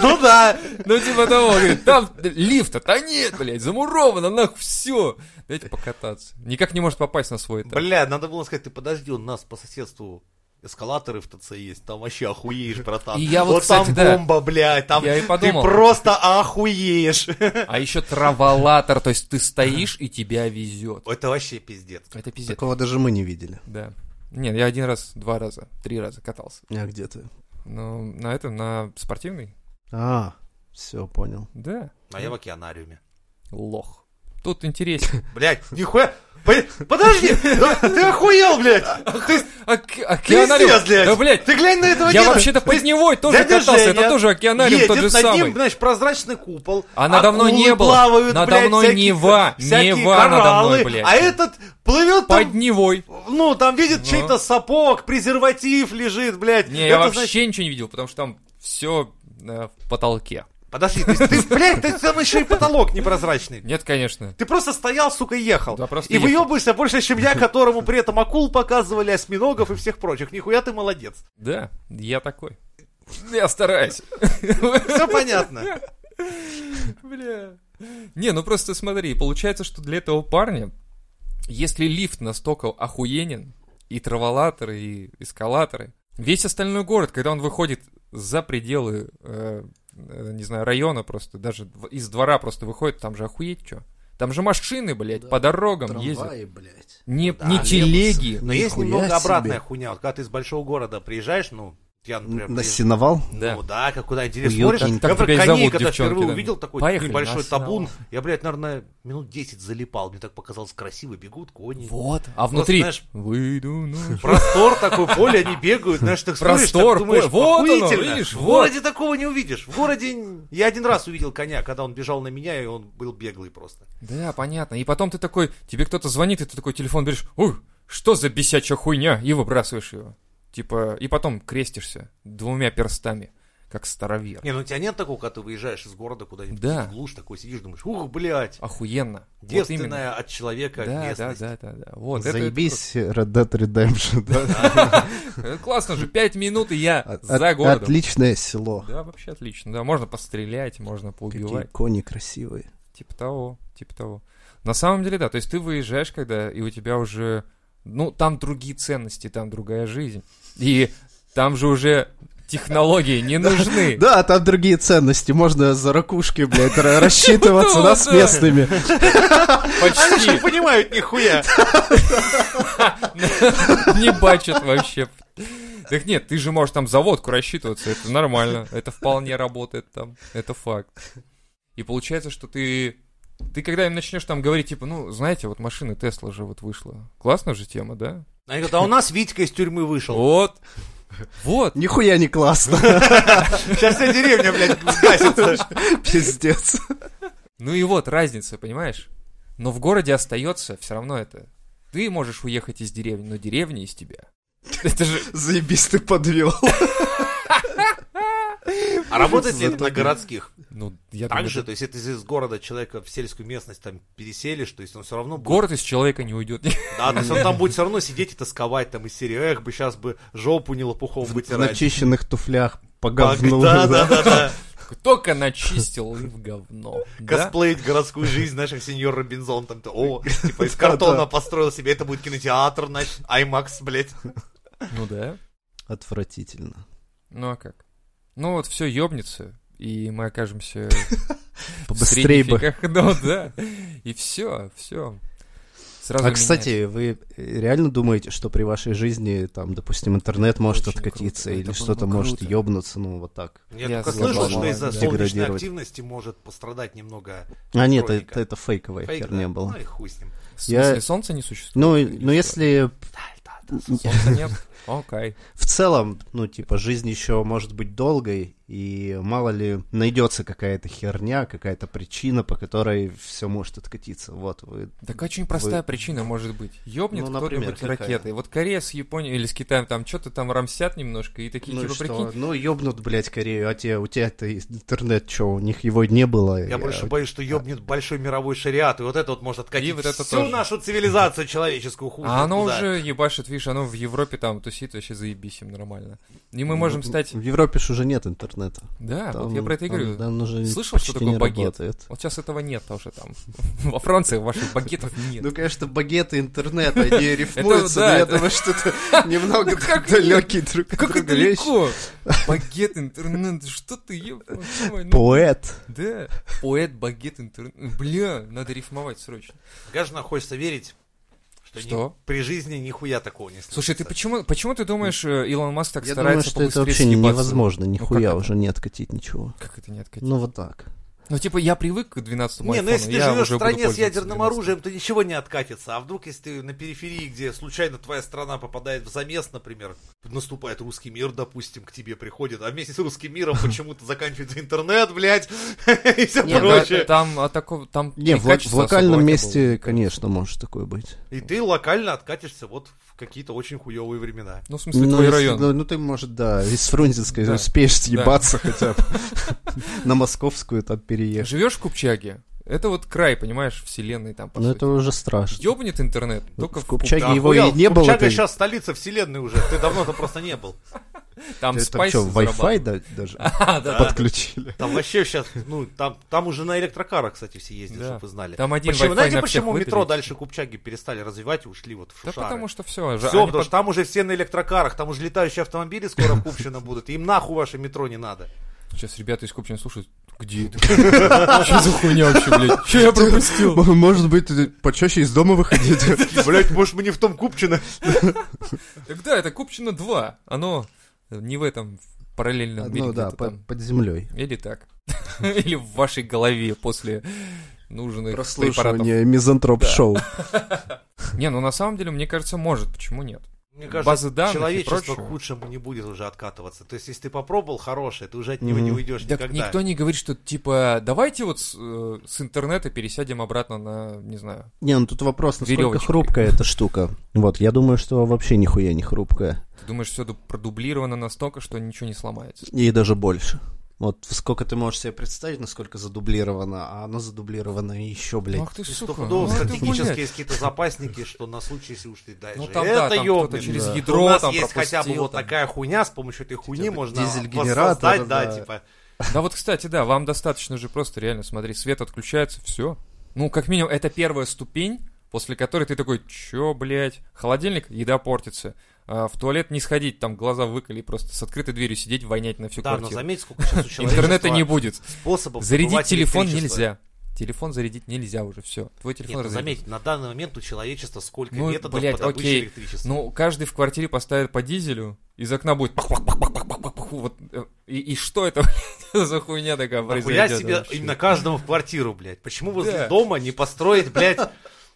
Speaker 1: Ну да.
Speaker 2: ну типа того, говорит, там лифта-то нет, блядь, замуровано, нахуй, все. Дайте покататься. Никак не может попасть на свой этаж.
Speaker 1: Бля, надо было сказать, ты подожди, у нас по соседству эскалаторы в ТЦ есть, там вообще охуеешь, братан.
Speaker 2: И я вот,
Speaker 1: вот
Speaker 2: кстати,
Speaker 1: там
Speaker 2: да.
Speaker 1: бомба, блядь, там
Speaker 2: Я и подумал.
Speaker 1: ты просто охуеешь.
Speaker 2: А еще траволатор, то есть ты стоишь и тебя везет.
Speaker 1: Это вообще пиздец.
Speaker 2: Это пиздец.
Speaker 3: Такого даже мы не видели.
Speaker 2: Да. Нет, я один раз, два раза, три раза катался.
Speaker 3: А где ты?
Speaker 2: Но на этом, на спортивный?
Speaker 3: А, все, понял.
Speaker 2: Да.
Speaker 1: А я в океанариуме.
Speaker 2: Лох. Тут интересно.
Speaker 1: Блядь, нихуя. По- Подожди, да ты охуел, блядь. Ты,
Speaker 2: А к- Океанариум.
Speaker 1: пиздец, блядь.
Speaker 2: Да, блядь,
Speaker 1: Ты глянь на этого
Speaker 2: я
Speaker 1: дела.
Speaker 2: вообще-то
Speaker 1: Ты
Speaker 2: подневой тоже
Speaker 1: дядя
Speaker 2: катался, это
Speaker 1: Женя
Speaker 2: тоже океанариум тот
Speaker 1: едет,
Speaker 2: же
Speaker 1: над ним,
Speaker 2: самый.
Speaker 1: знаешь, прозрачный купол.
Speaker 2: Она давно
Speaker 1: акулы
Speaker 2: не была.
Speaker 1: плавают,
Speaker 2: Надо
Speaker 1: блядь,
Speaker 2: мной
Speaker 1: всякие-
Speaker 2: Нева.
Speaker 1: всякие
Speaker 2: Нева надо мной,
Speaker 1: кораллы.
Speaker 2: блядь.
Speaker 1: А этот плывет там
Speaker 2: Подневой.
Speaker 1: Ну, там видит
Speaker 2: Ну.
Speaker 1: чей-то сапог, презерватив лежит, блядь.
Speaker 2: Не, я
Speaker 1: Это
Speaker 2: вообще
Speaker 1: значит-
Speaker 2: ничего не видел, потому что там все в потолке.
Speaker 1: Подожди, ты, ты, блядь, ты там еще и потолок непрозрачный.
Speaker 2: Нет, конечно.
Speaker 1: Ты просто стоял, сука, и ехал.
Speaker 2: Да, просто
Speaker 1: и
Speaker 2: ехал.
Speaker 1: выебываешься больше, чем я, которому при этом акул показывали, осьминогов и всех прочих. Нихуя ты молодец.
Speaker 2: Да, я такой. Я стараюсь.
Speaker 1: Все понятно.
Speaker 2: Бля. Не, ну просто смотри, получается, что для этого парня, если лифт настолько охуенен, и траволаторы, и эскалаторы, весь остальной город, когда он выходит за пределы, э, э, не знаю, района просто, даже в- из двора просто выходит, там же охуеть что. Там же машины, блядь,
Speaker 3: Да,
Speaker 2: по дорогам ездят.
Speaker 3: Трамваи, блядь.
Speaker 2: Не,
Speaker 1: Да,
Speaker 2: не
Speaker 1: троллейбусы.
Speaker 2: телеги.
Speaker 1: Но есть
Speaker 3: Нихуя
Speaker 1: немного
Speaker 3: себе.
Speaker 1: обратная хуйня. Вот когда ты из большого города приезжаешь, ну, я, например,
Speaker 3: На
Speaker 1: приезжаю-
Speaker 3: синовал?
Speaker 2: Да.
Speaker 1: Ну да, как куда интересно
Speaker 3: Уютно.
Speaker 1: смотришь.
Speaker 2: Так
Speaker 1: я про
Speaker 2: тебя и
Speaker 1: коней,
Speaker 2: зовут,
Speaker 1: когда
Speaker 2: девчонки,
Speaker 1: впервые
Speaker 2: да.
Speaker 1: увидел такой
Speaker 2: Поехали,
Speaker 1: небольшой
Speaker 2: нас
Speaker 1: табун,
Speaker 2: сдавало.
Speaker 1: я, блядь, наверное, минут 10 залипал. Мне так показалось красиво, бегут кони.
Speaker 2: Вот. А внутри...
Speaker 1: знаешь-
Speaker 2: Выйду ночью.
Speaker 1: Простор такой, поле, они бегают, знаешь, так смотришь,
Speaker 2: Простор,
Speaker 1: так думаешь,
Speaker 2: поле. Вот оно,
Speaker 1: охуительно.
Speaker 2: видишь,
Speaker 1: В
Speaker 2: вот.
Speaker 1: городе такого не увидишь. В городе я один раз увидел коня, когда он бежал на меня, и он был беглый просто.
Speaker 2: Да, понятно. И потом ты такой, тебе кто-то звонит, и ты такой телефон берешь, ой, что за бесячая хуйня, и выбрасываешь его. Типа, и потом крестишься двумя перстами, как старовер.
Speaker 1: Не, ну у тебя нет такого, когда ты выезжаешь из города куда-нибудь
Speaker 2: Да.
Speaker 1: в глушь, такой сидишь, думаешь, ух, блядь,
Speaker 2: Охуенно. Вот именно.
Speaker 1: девственная от человека
Speaker 2: да, да,
Speaker 1: местность.
Speaker 2: да, да, да. Вот, это-
Speaker 3: Заебись, Red Dead Redemption. да.
Speaker 2: это- это классно же, пять минут, и я
Speaker 3: От-
Speaker 2: за
Speaker 3: от-
Speaker 2: городом.
Speaker 3: Отличное село.
Speaker 2: Да, вообще отлично. Да, можно пострелять, можно
Speaker 3: Какие
Speaker 2: поубивать.
Speaker 3: кони красивые.
Speaker 2: Типа того, типа того. На самом деле, да, то есть ты выезжаешь, когда, и у тебя уже, ну, там другие ценности, там другая жизнь. И там же уже технологии не нужны.
Speaker 3: Да, там другие ценности. Можно за ракушки, блядь, ра- рассчитываться, да, с
Speaker 2: Ну Да.
Speaker 3: местными.
Speaker 1: Они же не
Speaker 2: Почти
Speaker 1: понимают нихуя.
Speaker 2: не бачат вообще. Так нет, ты же можешь там за водку рассчитываться, это нормально, это вполне работает там, это факт. И получается, что ты ты когда им начнешь там говорить, типа, ну, знаете, вот машина Тесла же вот вышла. Классная же тема, да?
Speaker 1: Они говорят, а у нас Витька из тюрьмы вышел.
Speaker 2: Вот. Вот.
Speaker 3: Нихуя не классно.
Speaker 1: Сейчас вся деревня, блядь, гасится.
Speaker 3: Пиздец.
Speaker 2: Ну и вот разница, понимаешь? Но в городе остается все равно это. Ты можешь уехать из деревни, но деревня из тебя. Это же...
Speaker 3: Заебись, ты подвел.
Speaker 1: А работает ли это
Speaker 3: Зато
Speaker 1: на
Speaker 3: да.
Speaker 1: городских?
Speaker 2: Ну, я думаю,
Speaker 1: Так же,
Speaker 2: это-
Speaker 1: то есть это из города человека в сельскую местность там переселишь, то есть он все равно будет...
Speaker 2: город из человека не уйдет.
Speaker 1: Да, то есть он там будет все равно сидеть и тосковать там из серии, эх, бы сейчас бы жопу не лопухом
Speaker 3: В
Speaker 1: вытирать.
Speaker 3: начищенных туфлях по
Speaker 1: Так,
Speaker 3: говну.
Speaker 1: Да,
Speaker 3: да.
Speaker 1: да, да, да.
Speaker 2: Только начистил и в говно. Да?
Speaker 1: Косплеить городскую жизнь наших сеньор Робинзон там, то, о, типа из картона
Speaker 3: Да-да.
Speaker 1: построил себе, это будет кинотеатр, значит, IMAX, блядь.
Speaker 2: Ну да.
Speaker 3: Отвратительно.
Speaker 2: Ну а как? Ну вот все ёбнется, и мы окажемся
Speaker 3: Побыстрее бы.
Speaker 2: средних веках. Ну да. И все, все. Сразу
Speaker 3: А, кстати, вы реально думаете, что при вашей жизни, там, допустим, интернет может
Speaker 2: Очень
Speaker 3: откатиться
Speaker 2: круто.
Speaker 3: или
Speaker 2: Это было
Speaker 3: что-то
Speaker 2: бы
Speaker 3: может
Speaker 2: круто.
Speaker 3: ёбнуться, ну, вот так?
Speaker 1: Я
Speaker 2: Я
Speaker 1: только
Speaker 2: забыл,
Speaker 1: слышал, что из-за
Speaker 3: да.
Speaker 1: солнечной
Speaker 3: Деградировать.
Speaker 1: активности может пострадать немного
Speaker 3: А, нет,
Speaker 1: Хроника.
Speaker 3: это, это фейковая
Speaker 1: фейк, да?
Speaker 3: херня была.
Speaker 1: Ну и хуй с ним.
Speaker 2: В
Speaker 3: я-
Speaker 2: смысле, солнца не существует?
Speaker 3: Ну, и-
Speaker 2: или
Speaker 3: ну
Speaker 2: что?
Speaker 3: если
Speaker 1: Да, да, да.
Speaker 2: Солнца нет? Окей.
Speaker 3: в целом, ну, типа, жизнь еще может быть долгой, и мало ли найдется какая-то херня, какая-то причина, по которой все может откатиться. Вот, вы...
Speaker 2: Так очень простая причина может быть. Ёбнет
Speaker 3: Ну, например,
Speaker 2: кто-нибудь
Speaker 3: какая?
Speaker 2: ракеты. Вот Корея с Японией или с Китаем там что-то там рамсят немножко, и такие
Speaker 3: ну, и
Speaker 2: типа,
Speaker 3: что?
Speaker 2: прикинь,
Speaker 3: ну, ёбнут, блядь, Корею, а те, у тебя-то интернет, что, у них его не было.
Speaker 1: Я
Speaker 3: и-
Speaker 1: больше
Speaker 3: а-
Speaker 1: боюсь, что ёбнет большой мировой шариат, и вот это вот может
Speaker 2: И
Speaker 1: откатить
Speaker 2: вот это
Speaker 1: всю
Speaker 2: тоже.
Speaker 1: нашу цивилизацию человеческую хуй.
Speaker 2: А оно
Speaker 1: знает куда.
Speaker 2: уже ебашит, видишь, оно в Европе там тусит вообще заебись им нормально. И мы можем стать...
Speaker 3: В Европе ж уже нет интернета.
Speaker 2: Да,
Speaker 3: Ну, Там-
Speaker 2: вот я про это и
Speaker 3: там-
Speaker 2: говорю.
Speaker 3: там уже
Speaker 2: Слышал, что
Speaker 3: почти
Speaker 2: такое
Speaker 3: не
Speaker 2: багет?
Speaker 3: работает.
Speaker 2: Вот сейчас этого нет тоже там. Во Франции ваших багетов нет.
Speaker 3: Ну, конечно, багеты интернет, они рифмуются,
Speaker 2: да,
Speaker 3: но я
Speaker 2: это-
Speaker 3: думаю, что это немного
Speaker 2: Ну, как
Speaker 3: далекие друг от
Speaker 2: Как это
Speaker 3: друга вещи.
Speaker 2: легко? Багет, интернет, что ты, еб...
Speaker 3: Поэт.
Speaker 2: ну, Да, поэт, багет, интернет. Бля, надо рифмовать срочно.
Speaker 1: Гажина хочется верить, что,
Speaker 2: Что?
Speaker 1: ни- при жизни нихуя такого не
Speaker 2: Слушай,
Speaker 1: случится.
Speaker 2: ты почему, почему ты думаешь, э, Илон Маск так
Speaker 3: Я думаю,
Speaker 2: старается
Speaker 3: что это
Speaker 2: побыстрее
Speaker 3: вообще
Speaker 2: съебаться? Ну,
Speaker 3: невозможно, нихуя
Speaker 2: это?
Speaker 3: уже не откатить ничего.
Speaker 2: Как это не откатить?
Speaker 3: Ну, вот так.
Speaker 2: Ну, типа, я привык к 12
Speaker 1: Не,
Speaker 2: айфону,
Speaker 1: ну если ты
Speaker 2: я
Speaker 1: живешь
Speaker 2: уже
Speaker 1: в
Speaker 2: буду
Speaker 1: стране с
Speaker 2: пользоваться
Speaker 1: ядерным
Speaker 2: 12-м.
Speaker 1: оружием, то ничего не откатится. А вдруг, если ты на периферии, где случайно твоя страна попадает в замес, например, наступает русский мир, допустим, к тебе приходит, а вместе с русским миром почему-то заканчивается интернет, блядь, и все
Speaker 2: Не, да,
Speaker 1: прочее.
Speaker 2: там а, такого, там
Speaker 3: Не,
Speaker 2: и
Speaker 3: в, ло- в
Speaker 2: качества
Speaker 3: локальном
Speaker 2: особого не
Speaker 3: месте,
Speaker 2: было.
Speaker 3: конечно, может такое быть.
Speaker 1: И ты локально откатишься вот в какие-то очень хуевые времена.
Speaker 2: Ну, в смысле,
Speaker 3: ну,
Speaker 2: твой
Speaker 3: если-
Speaker 2: район.
Speaker 3: ну, ну, ты, может, да, из Фрунзенской
Speaker 2: Да.
Speaker 3: успеешь
Speaker 2: Да.
Speaker 3: съебаться хотя бы. На Московскую там переехать.
Speaker 2: Живешь в Купчаге, это вот край, понимаешь, вселенной там, по
Speaker 3: Ну,
Speaker 2: сути.
Speaker 3: это уже страшно.
Speaker 2: Ёбнет интернет, только в
Speaker 3: в Купчаге
Speaker 1: Да
Speaker 3: его и
Speaker 1: охуел,
Speaker 3: не было.
Speaker 1: Курчатка
Speaker 3: это-
Speaker 1: сейчас столица вселенной уже. Ты давно-то просто не был.
Speaker 2: Куп- Там
Speaker 3: это
Speaker 2: спайс
Speaker 3: чё, Wi-Fi
Speaker 2: зарабатывает.
Speaker 3: да- даже
Speaker 2: А, да,
Speaker 3: подключили?
Speaker 1: Там вообще сейчас, ну, там, там уже на электрокарах, кстати, все ездят,
Speaker 2: Да.
Speaker 1: чтобы вы знали.
Speaker 2: Там один
Speaker 1: почему,
Speaker 2: Wi-Fi
Speaker 1: знаете,
Speaker 2: на всех
Speaker 1: почему метро
Speaker 2: выпилить?
Speaker 1: дальше Купчаги перестали развивать и ушли вот в
Speaker 2: Да
Speaker 1: Шушары?
Speaker 2: потому что а все.
Speaker 1: Все, потому что там уже все на электрокарах, там уже летающие автомобили скоро в Купчино будут, им нахуй ваше метро не надо.
Speaker 2: Сейчас ребята из Купчина слушают, где это? Что за хуйня вообще, блядь? Че я пропустил?
Speaker 3: Может быть, почаще из дома выходить.
Speaker 1: Блять, может мы не в том Купчино?
Speaker 2: Так да, это Купчино 2. Оно не в этом параллельном мире.
Speaker 3: Ну да,
Speaker 2: где-то
Speaker 3: по-
Speaker 2: там.
Speaker 3: под землей.
Speaker 2: Или так. Или в вашей голове после нужных препаратов.
Speaker 3: Прослушивание мизантроп-шоу.
Speaker 2: Не, ну на самом деле, мне кажется, может. Почему нет?
Speaker 1: Мне кажется,
Speaker 2: Базы данных и
Speaker 1: человечество
Speaker 2: прочего.
Speaker 1: к худшему не будет уже откатываться. То есть, если ты попробовал хорошее, ты уже от него не
Speaker 3: Мгм.
Speaker 1: уйдешь
Speaker 2: Так
Speaker 1: никогда.
Speaker 2: никто не говорит, что типа, давайте вот с, э, с интернета пересядем обратно на, не знаю.
Speaker 3: Не, ну тут вопрос, насколько
Speaker 2: Верёвочкой.
Speaker 3: хрупкая эта штука. Вот, я думаю, что вообще нихуя не хрупкая.
Speaker 2: Ты думаешь, все продублировано настолько, что ничего не сломается.
Speaker 3: И даже больше. Вот сколько ты можешь себе представить, насколько задублировано, а оно задублировано еще, блядь.
Speaker 2: Ах ты,
Speaker 1: И
Speaker 2: сука.
Speaker 1: Стопудово
Speaker 2: ну это,
Speaker 1: стратегические
Speaker 2: блядь.
Speaker 1: есть какие-то запасники, что на случай, если уж ты дальше.
Speaker 2: Ну там, да,
Speaker 1: это
Speaker 2: там
Speaker 1: ёбнет.
Speaker 2: кто-то через
Speaker 1: Да.
Speaker 2: ядро
Speaker 1: У нас
Speaker 2: там
Speaker 1: есть хотя бы
Speaker 2: пропустил,
Speaker 1: вот
Speaker 2: там.
Speaker 1: такая хуйня, с помощью этой хуйни
Speaker 3: Типа
Speaker 1: можно
Speaker 3: дизель-генератор,
Speaker 1: воссоздать, да,
Speaker 3: да.
Speaker 1: типа.
Speaker 2: Да вот, кстати, да, вам достаточно же просто реально, смотри, свет отключается, все. Ну, как минимум, это первая ступень, после которой ты такой, чё, блядь, холодильник, еда портится. А, в туалет не сходить, там глаза выколи, просто с открытой дверью сидеть, вонять на всю
Speaker 1: Да, но
Speaker 2: квартиру.
Speaker 1: заметь, сколько сейчас у человека
Speaker 2: Интернета не будет.
Speaker 1: способов.
Speaker 2: Зарядить
Speaker 1: добывать
Speaker 2: телефон
Speaker 1: электричество.
Speaker 2: нельзя. Телефон зарядить нельзя уже, все. Твой
Speaker 1: Нет,
Speaker 2: телефон
Speaker 1: ну,
Speaker 2: разрядился.
Speaker 1: заметь, на данный момент у человечества сколько
Speaker 2: Ну,
Speaker 1: методов
Speaker 2: блядь,
Speaker 1: по добыче
Speaker 2: окей.
Speaker 1: электричества.
Speaker 2: Ну, каждый в квартире поставит по дизелю, из окна будет пах-пах-пах-пах-пах-пах-пах, вот, э, и, и что это блядь, за хуйня такая
Speaker 1: Нахуя
Speaker 2: произойдет?
Speaker 1: себе
Speaker 2: вообще?
Speaker 1: именно каждому в квартиру, блядь? Почему возле
Speaker 2: Да.
Speaker 1: дома не построить, блядь,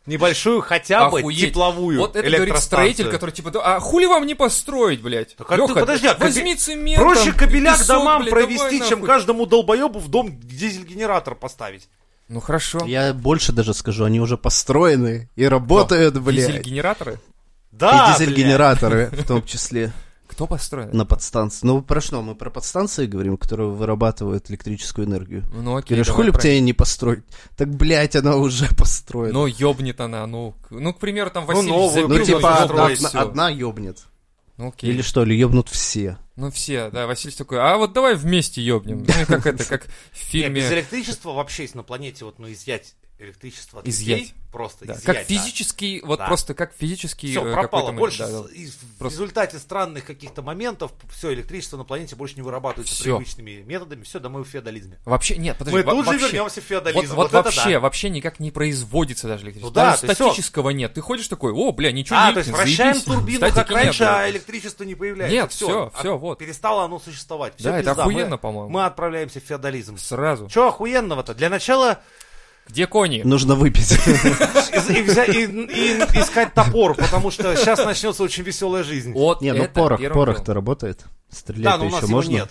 Speaker 1: небольшую хотя бы
Speaker 2: Охуеть.
Speaker 1: тепловую
Speaker 2: Вот это говорит
Speaker 1: электростанцию?
Speaker 2: строитель, который типа, «Да, а хули вам не построить, блядь?
Speaker 1: Так а ты подожди, а
Speaker 2: возьми
Speaker 1: кабе-
Speaker 2: цемент
Speaker 1: Проще
Speaker 2: там,
Speaker 1: кабеля к
Speaker 2: песок,
Speaker 1: домам
Speaker 2: блядь,
Speaker 1: провести,
Speaker 2: давай
Speaker 1: чем
Speaker 2: нахуй».
Speaker 1: каждому долбоебу в дом дизель-генератор поставить.
Speaker 2: Ну хорошо.
Speaker 3: Я больше даже скажу, они уже построены и работают, блядь.
Speaker 2: Дизель-генераторы?
Speaker 3: И
Speaker 1: Да, бля.
Speaker 3: дизель-генераторы в том числе
Speaker 2: Кто построен?
Speaker 3: на подстанции. Ну, про что? Мы про подстанции говорим, которые вырабатывают электрическую энергию.
Speaker 2: Ну окей,
Speaker 3: Говоришь,
Speaker 2: давай,
Speaker 3: хули б
Speaker 2: про-
Speaker 3: тебе не построить? Так, блядь, она уже построена.
Speaker 2: Ну ёбнет она, ну... к- Ну, к примеру, там
Speaker 1: Ну,
Speaker 2: Василий
Speaker 1: новую
Speaker 3: Ну,
Speaker 1: Придумай,
Speaker 3: типа, одна,
Speaker 1: построить
Speaker 3: одна,
Speaker 1: всё.
Speaker 3: одна ёбнет.
Speaker 2: Ну окей.
Speaker 3: Или что, или ёбнут все.
Speaker 2: Ну все, да, Василий такой, а вот давай вместе ёбнем. Ну и как это, как в
Speaker 1: Не, без
Speaker 2: фильме...
Speaker 1: электричества вообще есть на планете, вот, ну, изъять электричество от
Speaker 2: Изъять.
Speaker 1: людей, Просто
Speaker 2: да,
Speaker 1: изъять,
Speaker 2: Как физический, вот
Speaker 1: Да.
Speaker 2: просто как физический...
Speaker 1: Все,
Speaker 2: э,
Speaker 1: пропало.
Speaker 2: какой-то мы-
Speaker 1: Больше
Speaker 2: да, да.
Speaker 1: с- и в
Speaker 2: Просто-
Speaker 1: результате странных каких-то моментов все электричество на планете больше не вырабатывается
Speaker 2: Всё.
Speaker 1: привычными методами. Все, домой в феодализме.
Speaker 2: Вообще, нет, подожди,
Speaker 1: Мы
Speaker 2: во-
Speaker 1: тут же
Speaker 2: вообще.
Speaker 1: вернемся в
Speaker 2: Вот,
Speaker 1: феодализм.
Speaker 2: вот
Speaker 1: это
Speaker 2: вообще,
Speaker 1: да.
Speaker 2: вообще никак не производится даже электричество.
Speaker 1: Ну да,
Speaker 2: даже
Speaker 1: то есть
Speaker 2: статического нет. Ты ходишь такой, о, бля, ничего
Speaker 1: А,
Speaker 2: не
Speaker 1: то есть
Speaker 2: ёбнет,
Speaker 1: вращаем
Speaker 2: заебись».
Speaker 1: турбину, как
Speaker 2: Статики нет,
Speaker 1: раньше,
Speaker 2: да.
Speaker 1: а электричество не появляется.
Speaker 2: Нет,
Speaker 1: Всё,
Speaker 2: всё,
Speaker 1: а-
Speaker 2: всё, вот.
Speaker 1: Перестало оно существовать. Всё,
Speaker 2: Да, это
Speaker 1: пизда,
Speaker 2: охуенно,
Speaker 1: мы-
Speaker 2: по-моему.
Speaker 1: Мы отправляемся в феодализм.
Speaker 2: Сразу.
Speaker 1: Че охуенного-то? Для начала
Speaker 2: Где кони?
Speaker 3: Нужно выпить.
Speaker 1: и, и взя- и- и искать топор, потому что сейчас начнется очень веселая жизнь.
Speaker 2: Вот
Speaker 3: Не, ну
Speaker 2: это
Speaker 3: порох,
Speaker 2: ерунда.
Speaker 3: порох-то работает.
Speaker 1: да,
Speaker 3: Стрелять
Speaker 1: но у нас
Speaker 3: еще
Speaker 1: его
Speaker 3: можно?
Speaker 1: нет.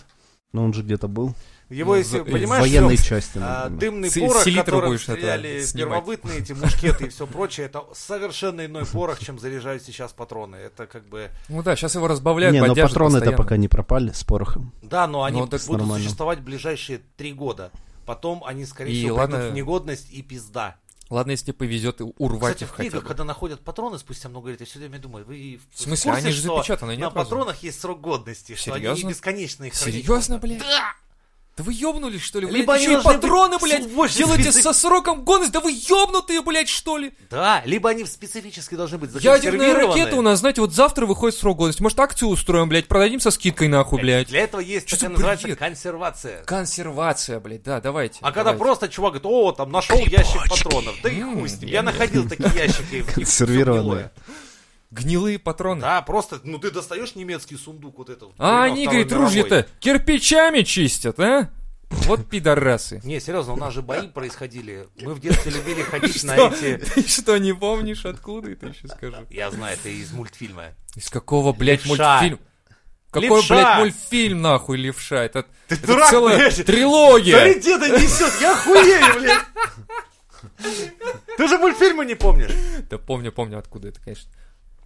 Speaker 3: Но он же где-то был.
Speaker 1: Его,
Speaker 2: Ну,
Speaker 1: если,
Speaker 2: в-
Speaker 1: понимаешь,
Speaker 3: в военной
Speaker 1: Лёв,
Speaker 3: части,
Speaker 1: а,
Speaker 3: наверное.
Speaker 1: дымный
Speaker 2: Си-
Speaker 1: порох,
Speaker 2: селитру
Speaker 1: которым
Speaker 2: будешь это
Speaker 1: стреляли
Speaker 2: снимать.
Speaker 1: первобытные эти мушкеты и все прочее, это совершенно иной порох, чем заряжают сейчас патроны. Это как бы...
Speaker 2: Ну да, сейчас его разбавляют,
Speaker 3: Не, но
Speaker 2: поддержат
Speaker 3: патроны-то
Speaker 2: постоянно.
Speaker 3: пока не пропали с порохом.
Speaker 1: Да, но они
Speaker 2: Ну, так
Speaker 1: будут
Speaker 3: нормально.
Speaker 1: существовать в ближайшие три года. Потом они, скорее
Speaker 2: И
Speaker 1: всего,
Speaker 2: ладно-
Speaker 1: придут в негодность и пизда.
Speaker 2: Ладно, если тебе повезет и урвать
Speaker 1: Кстати,
Speaker 2: их
Speaker 1: в
Speaker 2: хотя
Speaker 1: книгах,
Speaker 2: бы.
Speaker 1: когда находят патроны спустя много лет, я все время думаю, вы в
Speaker 2: смысле?
Speaker 1: курсе,
Speaker 2: Они же
Speaker 1: что
Speaker 2: запечатаны, нет,
Speaker 1: на
Speaker 2: разве?
Speaker 1: патронах есть срок годности, что они
Speaker 2: Серьезно?
Speaker 1: бесконечно их хранить
Speaker 2: Серьезно,
Speaker 1: можно.
Speaker 2: блядь? Да! Да вы ёбнули, что ли?
Speaker 1: Либо
Speaker 2: Либо
Speaker 1: они
Speaker 2: еще и
Speaker 1: должны
Speaker 2: патроны,
Speaker 1: быть
Speaker 2: блядь,
Speaker 1: больше
Speaker 2: делаете
Speaker 1: специ-
Speaker 2: со сроком годности. Да вы ёбнутые, блядь, что ли?
Speaker 1: Да, либо они специфически должны быть
Speaker 2: Ядерная
Speaker 1: законсервированы.
Speaker 2: ракета у нас, знаете, вот завтра выходит срок годности. Может, акцию устроим, блядь, продадим со скидкой нахуй, блядь.
Speaker 1: Для этого есть,
Speaker 2: Что
Speaker 1: такая
Speaker 2: за
Speaker 1: называется,
Speaker 2: бред?
Speaker 1: консервация.
Speaker 2: Консервация, блядь, да, давайте.
Speaker 1: А когда
Speaker 2: давайте.
Speaker 1: просто чувак говорит, о, там нашел ящик патронов. Да и
Speaker 2: М,
Speaker 1: хуй с ним.
Speaker 2: я
Speaker 1: Я
Speaker 2: не-
Speaker 1: находил такие ящики. в них всё
Speaker 3: Консервированные.
Speaker 1: гнилое.
Speaker 2: Гнилые патроны.
Speaker 1: Да, просто, ну ты достаешь немецкий сундук вот этот.
Speaker 2: А
Speaker 1: времён
Speaker 2: они,
Speaker 1: Второй
Speaker 2: говорит,
Speaker 1: мировой.
Speaker 2: ружья-то кирпичами чистят, а? Вот пидорасы.
Speaker 1: Не, серьезно, у нас же бои происходили. Мы в детстве любили ходить на эти...
Speaker 2: Ты что, не помнишь, откуда это еще скажу?
Speaker 1: Я знаю, это из мультфильма.
Speaker 2: Из какого, блядь,
Speaker 1: Левша.
Speaker 2: мультфильм? Какой,
Speaker 1: Левша.
Speaker 2: блядь, мультфильм, нахуй, левша? Это,
Speaker 1: Ты
Speaker 2: это
Speaker 1: дурак,
Speaker 2: целая
Speaker 1: блядь. Смотри,
Speaker 2: трилогия.
Speaker 1: деда несет, я хуею, блядь. Ты же мультфильмы не помнишь.
Speaker 2: Да помню, помню, откуда это, конечно.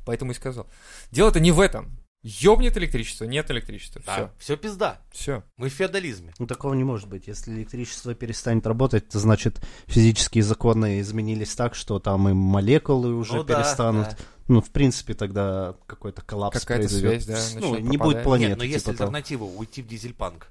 Speaker 2: Поэтому и сказал. Дело-то не в этом. Ёбнет электричество, нет электричества.
Speaker 1: Да, все пизда.
Speaker 2: Все, все.
Speaker 1: Мы в феодализме.
Speaker 3: Ну, такого не может быть. Если электричество перестанет работать, то значит физические законы изменились так, что там и молекулы уже
Speaker 1: Ну да,
Speaker 3: перестанут.
Speaker 1: да.
Speaker 3: Ну, в принципе, тогда какой-то коллапс
Speaker 2: Какая-то
Speaker 3: произойдет.
Speaker 2: связь, да,
Speaker 3: С- ну,
Speaker 2: начнет
Speaker 3: не будет
Speaker 2: пропадать.
Speaker 3: планеты.
Speaker 1: Нет, но есть
Speaker 3: типа того.
Speaker 1: альтернатива, уйти в дизельпанк.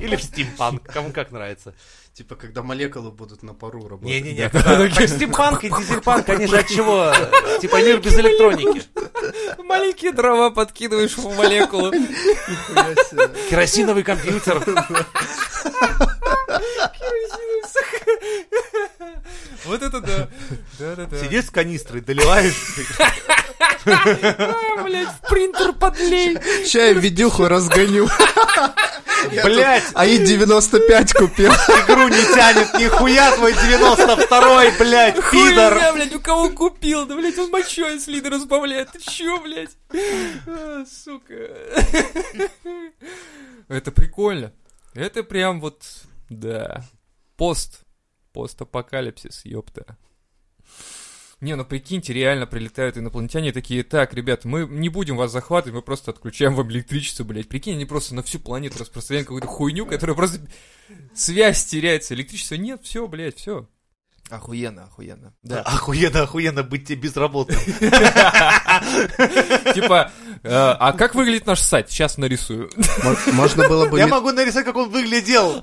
Speaker 1: Или в стимпанк, кому как нравится.
Speaker 3: Типа, когда молекулы будут на пару работать.
Speaker 1: Не-не-не, когда- так стимпанк и дизельпанк, они же от чего? Типа мир без электроники.
Speaker 2: Маленькие дрова подкидываешь в молекулу.
Speaker 3: Нихуя себе.
Speaker 1: Керосиновый компьютер.
Speaker 2: Вот это да. Да-да-да.
Speaker 1: Сидишь с канистрой, доливаешь.
Speaker 2: А, блядь, в принтер подлей.
Speaker 3: Ща я видюху разгоню.
Speaker 1: Блять,
Speaker 3: АИ 95 купил.
Speaker 1: игру не тянет, нихуя твой 92-й, блять, пидор.
Speaker 2: Хуйня, блядь, у кого купил? Да, блядь, он мочой слиды разбавляет. Ты чё, блядь? А, сука. Это прикольно. Это прям вот, да. Пост. Постапокалипсис, ёпта. Не, ну прикиньте, реально прилетают инопланетяне такие, так, ребят, мы не будем вас захватывать, мы просто отключаем вам электричество, блядь. Прикинь, они просто на всю планету распространяют какую-то хуйню, которая просто... Связь теряется, электричество нет, все, блядь, все. Охуенно, охуенно. Да.
Speaker 1: Охуенно, охуенно быть тебе безработным.
Speaker 2: Типа, э, а как выглядит наш сайт? Сейчас нарисую.
Speaker 3: Можно было бы...
Speaker 1: Я
Speaker 3: не-
Speaker 1: могу нарисовать, как он выглядел.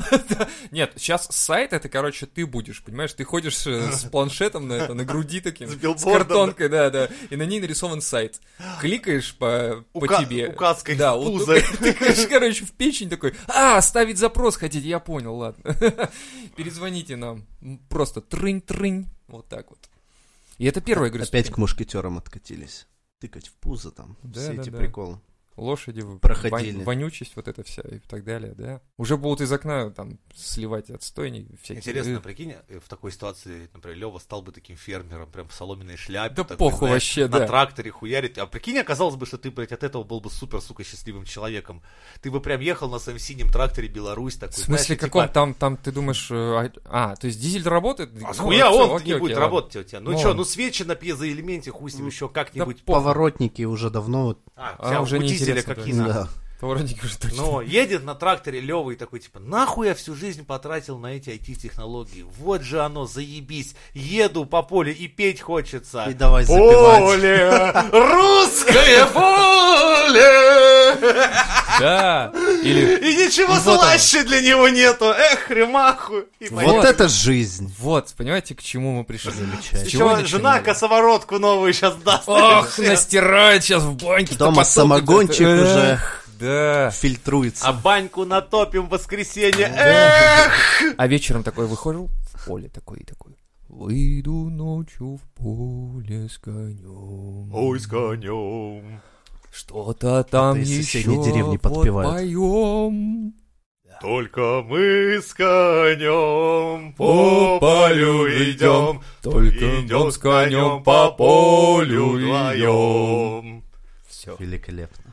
Speaker 2: Нет, сейчас сайт это, короче, ты будешь, понимаешь? Ты ходишь э, с планшетом на это, на груди таким,
Speaker 1: С
Speaker 2: с
Speaker 1: билбордом,
Speaker 2: картонкой, да, да, и на ней нарисован сайт. Кликаешь по, по
Speaker 1: Ука-
Speaker 2: тебе.
Speaker 1: указкой
Speaker 2: Да,
Speaker 1: в
Speaker 2: вот
Speaker 1: пузо.
Speaker 2: тыкаешь, короче, в печень такой, а, оставить запрос хотите, я понял, ладно. Перезвоните нам. Просто трынь-трынь, вот так вот. И это первое, я говорю,
Speaker 3: Опять
Speaker 2: ступень.
Speaker 3: к мушкетерам откатились. Тыкать в пузо там.
Speaker 2: Да,
Speaker 3: Все
Speaker 2: да,
Speaker 3: эти
Speaker 2: да.
Speaker 3: приколы.
Speaker 2: лошади, в-
Speaker 3: Проходили.
Speaker 2: вон- вонючесть вот это вся и так далее, да. Уже будут из окна там сливать отстойник всякие.
Speaker 1: Интересно,
Speaker 2: Э,
Speaker 1: прикинь, э, в такой ситуации, например, Лева стал бы таким фермером, прям в соломенной шляпе.
Speaker 2: Да
Speaker 1: такой,
Speaker 2: похуй
Speaker 1: знаешь,
Speaker 2: вообще,
Speaker 1: На
Speaker 2: да.
Speaker 1: тракторе хуярит. А прикинь, оказалось бы, что ты, блядь, от этого был бы супер, сука, счастливым человеком. Ты бы прям ехал на своем синем тракторе Беларусь такой.
Speaker 2: В смысле,
Speaker 1: знаешь, и
Speaker 2: каком
Speaker 1: типа,
Speaker 2: там, там ты думаешь, э, а, а, то есть дизель работает?
Speaker 1: А с
Speaker 2: Ну,
Speaker 1: хуя
Speaker 2: всё,
Speaker 1: он
Speaker 2: окей,
Speaker 1: не
Speaker 2: окей,
Speaker 1: будет
Speaker 2: ладно.
Speaker 1: работать у тебя? Ну
Speaker 2: Ну,
Speaker 1: что,
Speaker 2: ладно.
Speaker 1: ну свечи на пьезоэлементе, хуй с ним, еще как-нибудь.
Speaker 3: Поворотники уже давно...
Speaker 1: А,
Speaker 2: а,
Speaker 1: у тебя
Speaker 2: уже
Speaker 1: у
Speaker 2: неинтересно,
Speaker 1: дизеля
Speaker 2: да.
Speaker 1: какие нахуй.
Speaker 3: Да.
Speaker 2: Поворотники уже точно.
Speaker 1: Но Ну, едет на тракторе Лева и такой, типа, нахуй я всю жизнь потратил на эти IT-технологии. Вот же оно, заебись. Еду по полю и петь хочется.
Speaker 3: И давай запивать.
Speaker 1: Поле! Русское поле!
Speaker 2: Да, или
Speaker 1: И ничего
Speaker 2: И вот оно.
Speaker 1: слаще для него нету. Эх, ремаху. И поехали.
Speaker 3: Вот это жизнь!
Speaker 2: вот, понимаете, к чему мы пришли?
Speaker 3: Замечательно.
Speaker 2: С чего
Speaker 1: Еще
Speaker 2: начинали?
Speaker 1: жена косоворотку новую сейчас даст.
Speaker 2: Ох, настирает сейчас в банке.
Speaker 3: Дома самогончик уже.
Speaker 2: Да.
Speaker 1: А
Speaker 3: Фильтруется.
Speaker 1: баньку натопим в воскресенье. Эх!
Speaker 2: А вечером такой выхожу в поле такой и такой. Выйду ночью в поле с конем.
Speaker 4: Ой, с конем.
Speaker 2: Что-то там
Speaker 3: Это из
Speaker 2: еще
Speaker 3: соседней деревни подпевают.
Speaker 2: поем.
Speaker 4: Только мы с конем по полю идем.
Speaker 2: Только
Speaker 4: идем
Speaker 2: идем с конем по полю идем.
Speaker 4: вдвоем.
Speaker 2: Все.
Speaker 3: Великолепно.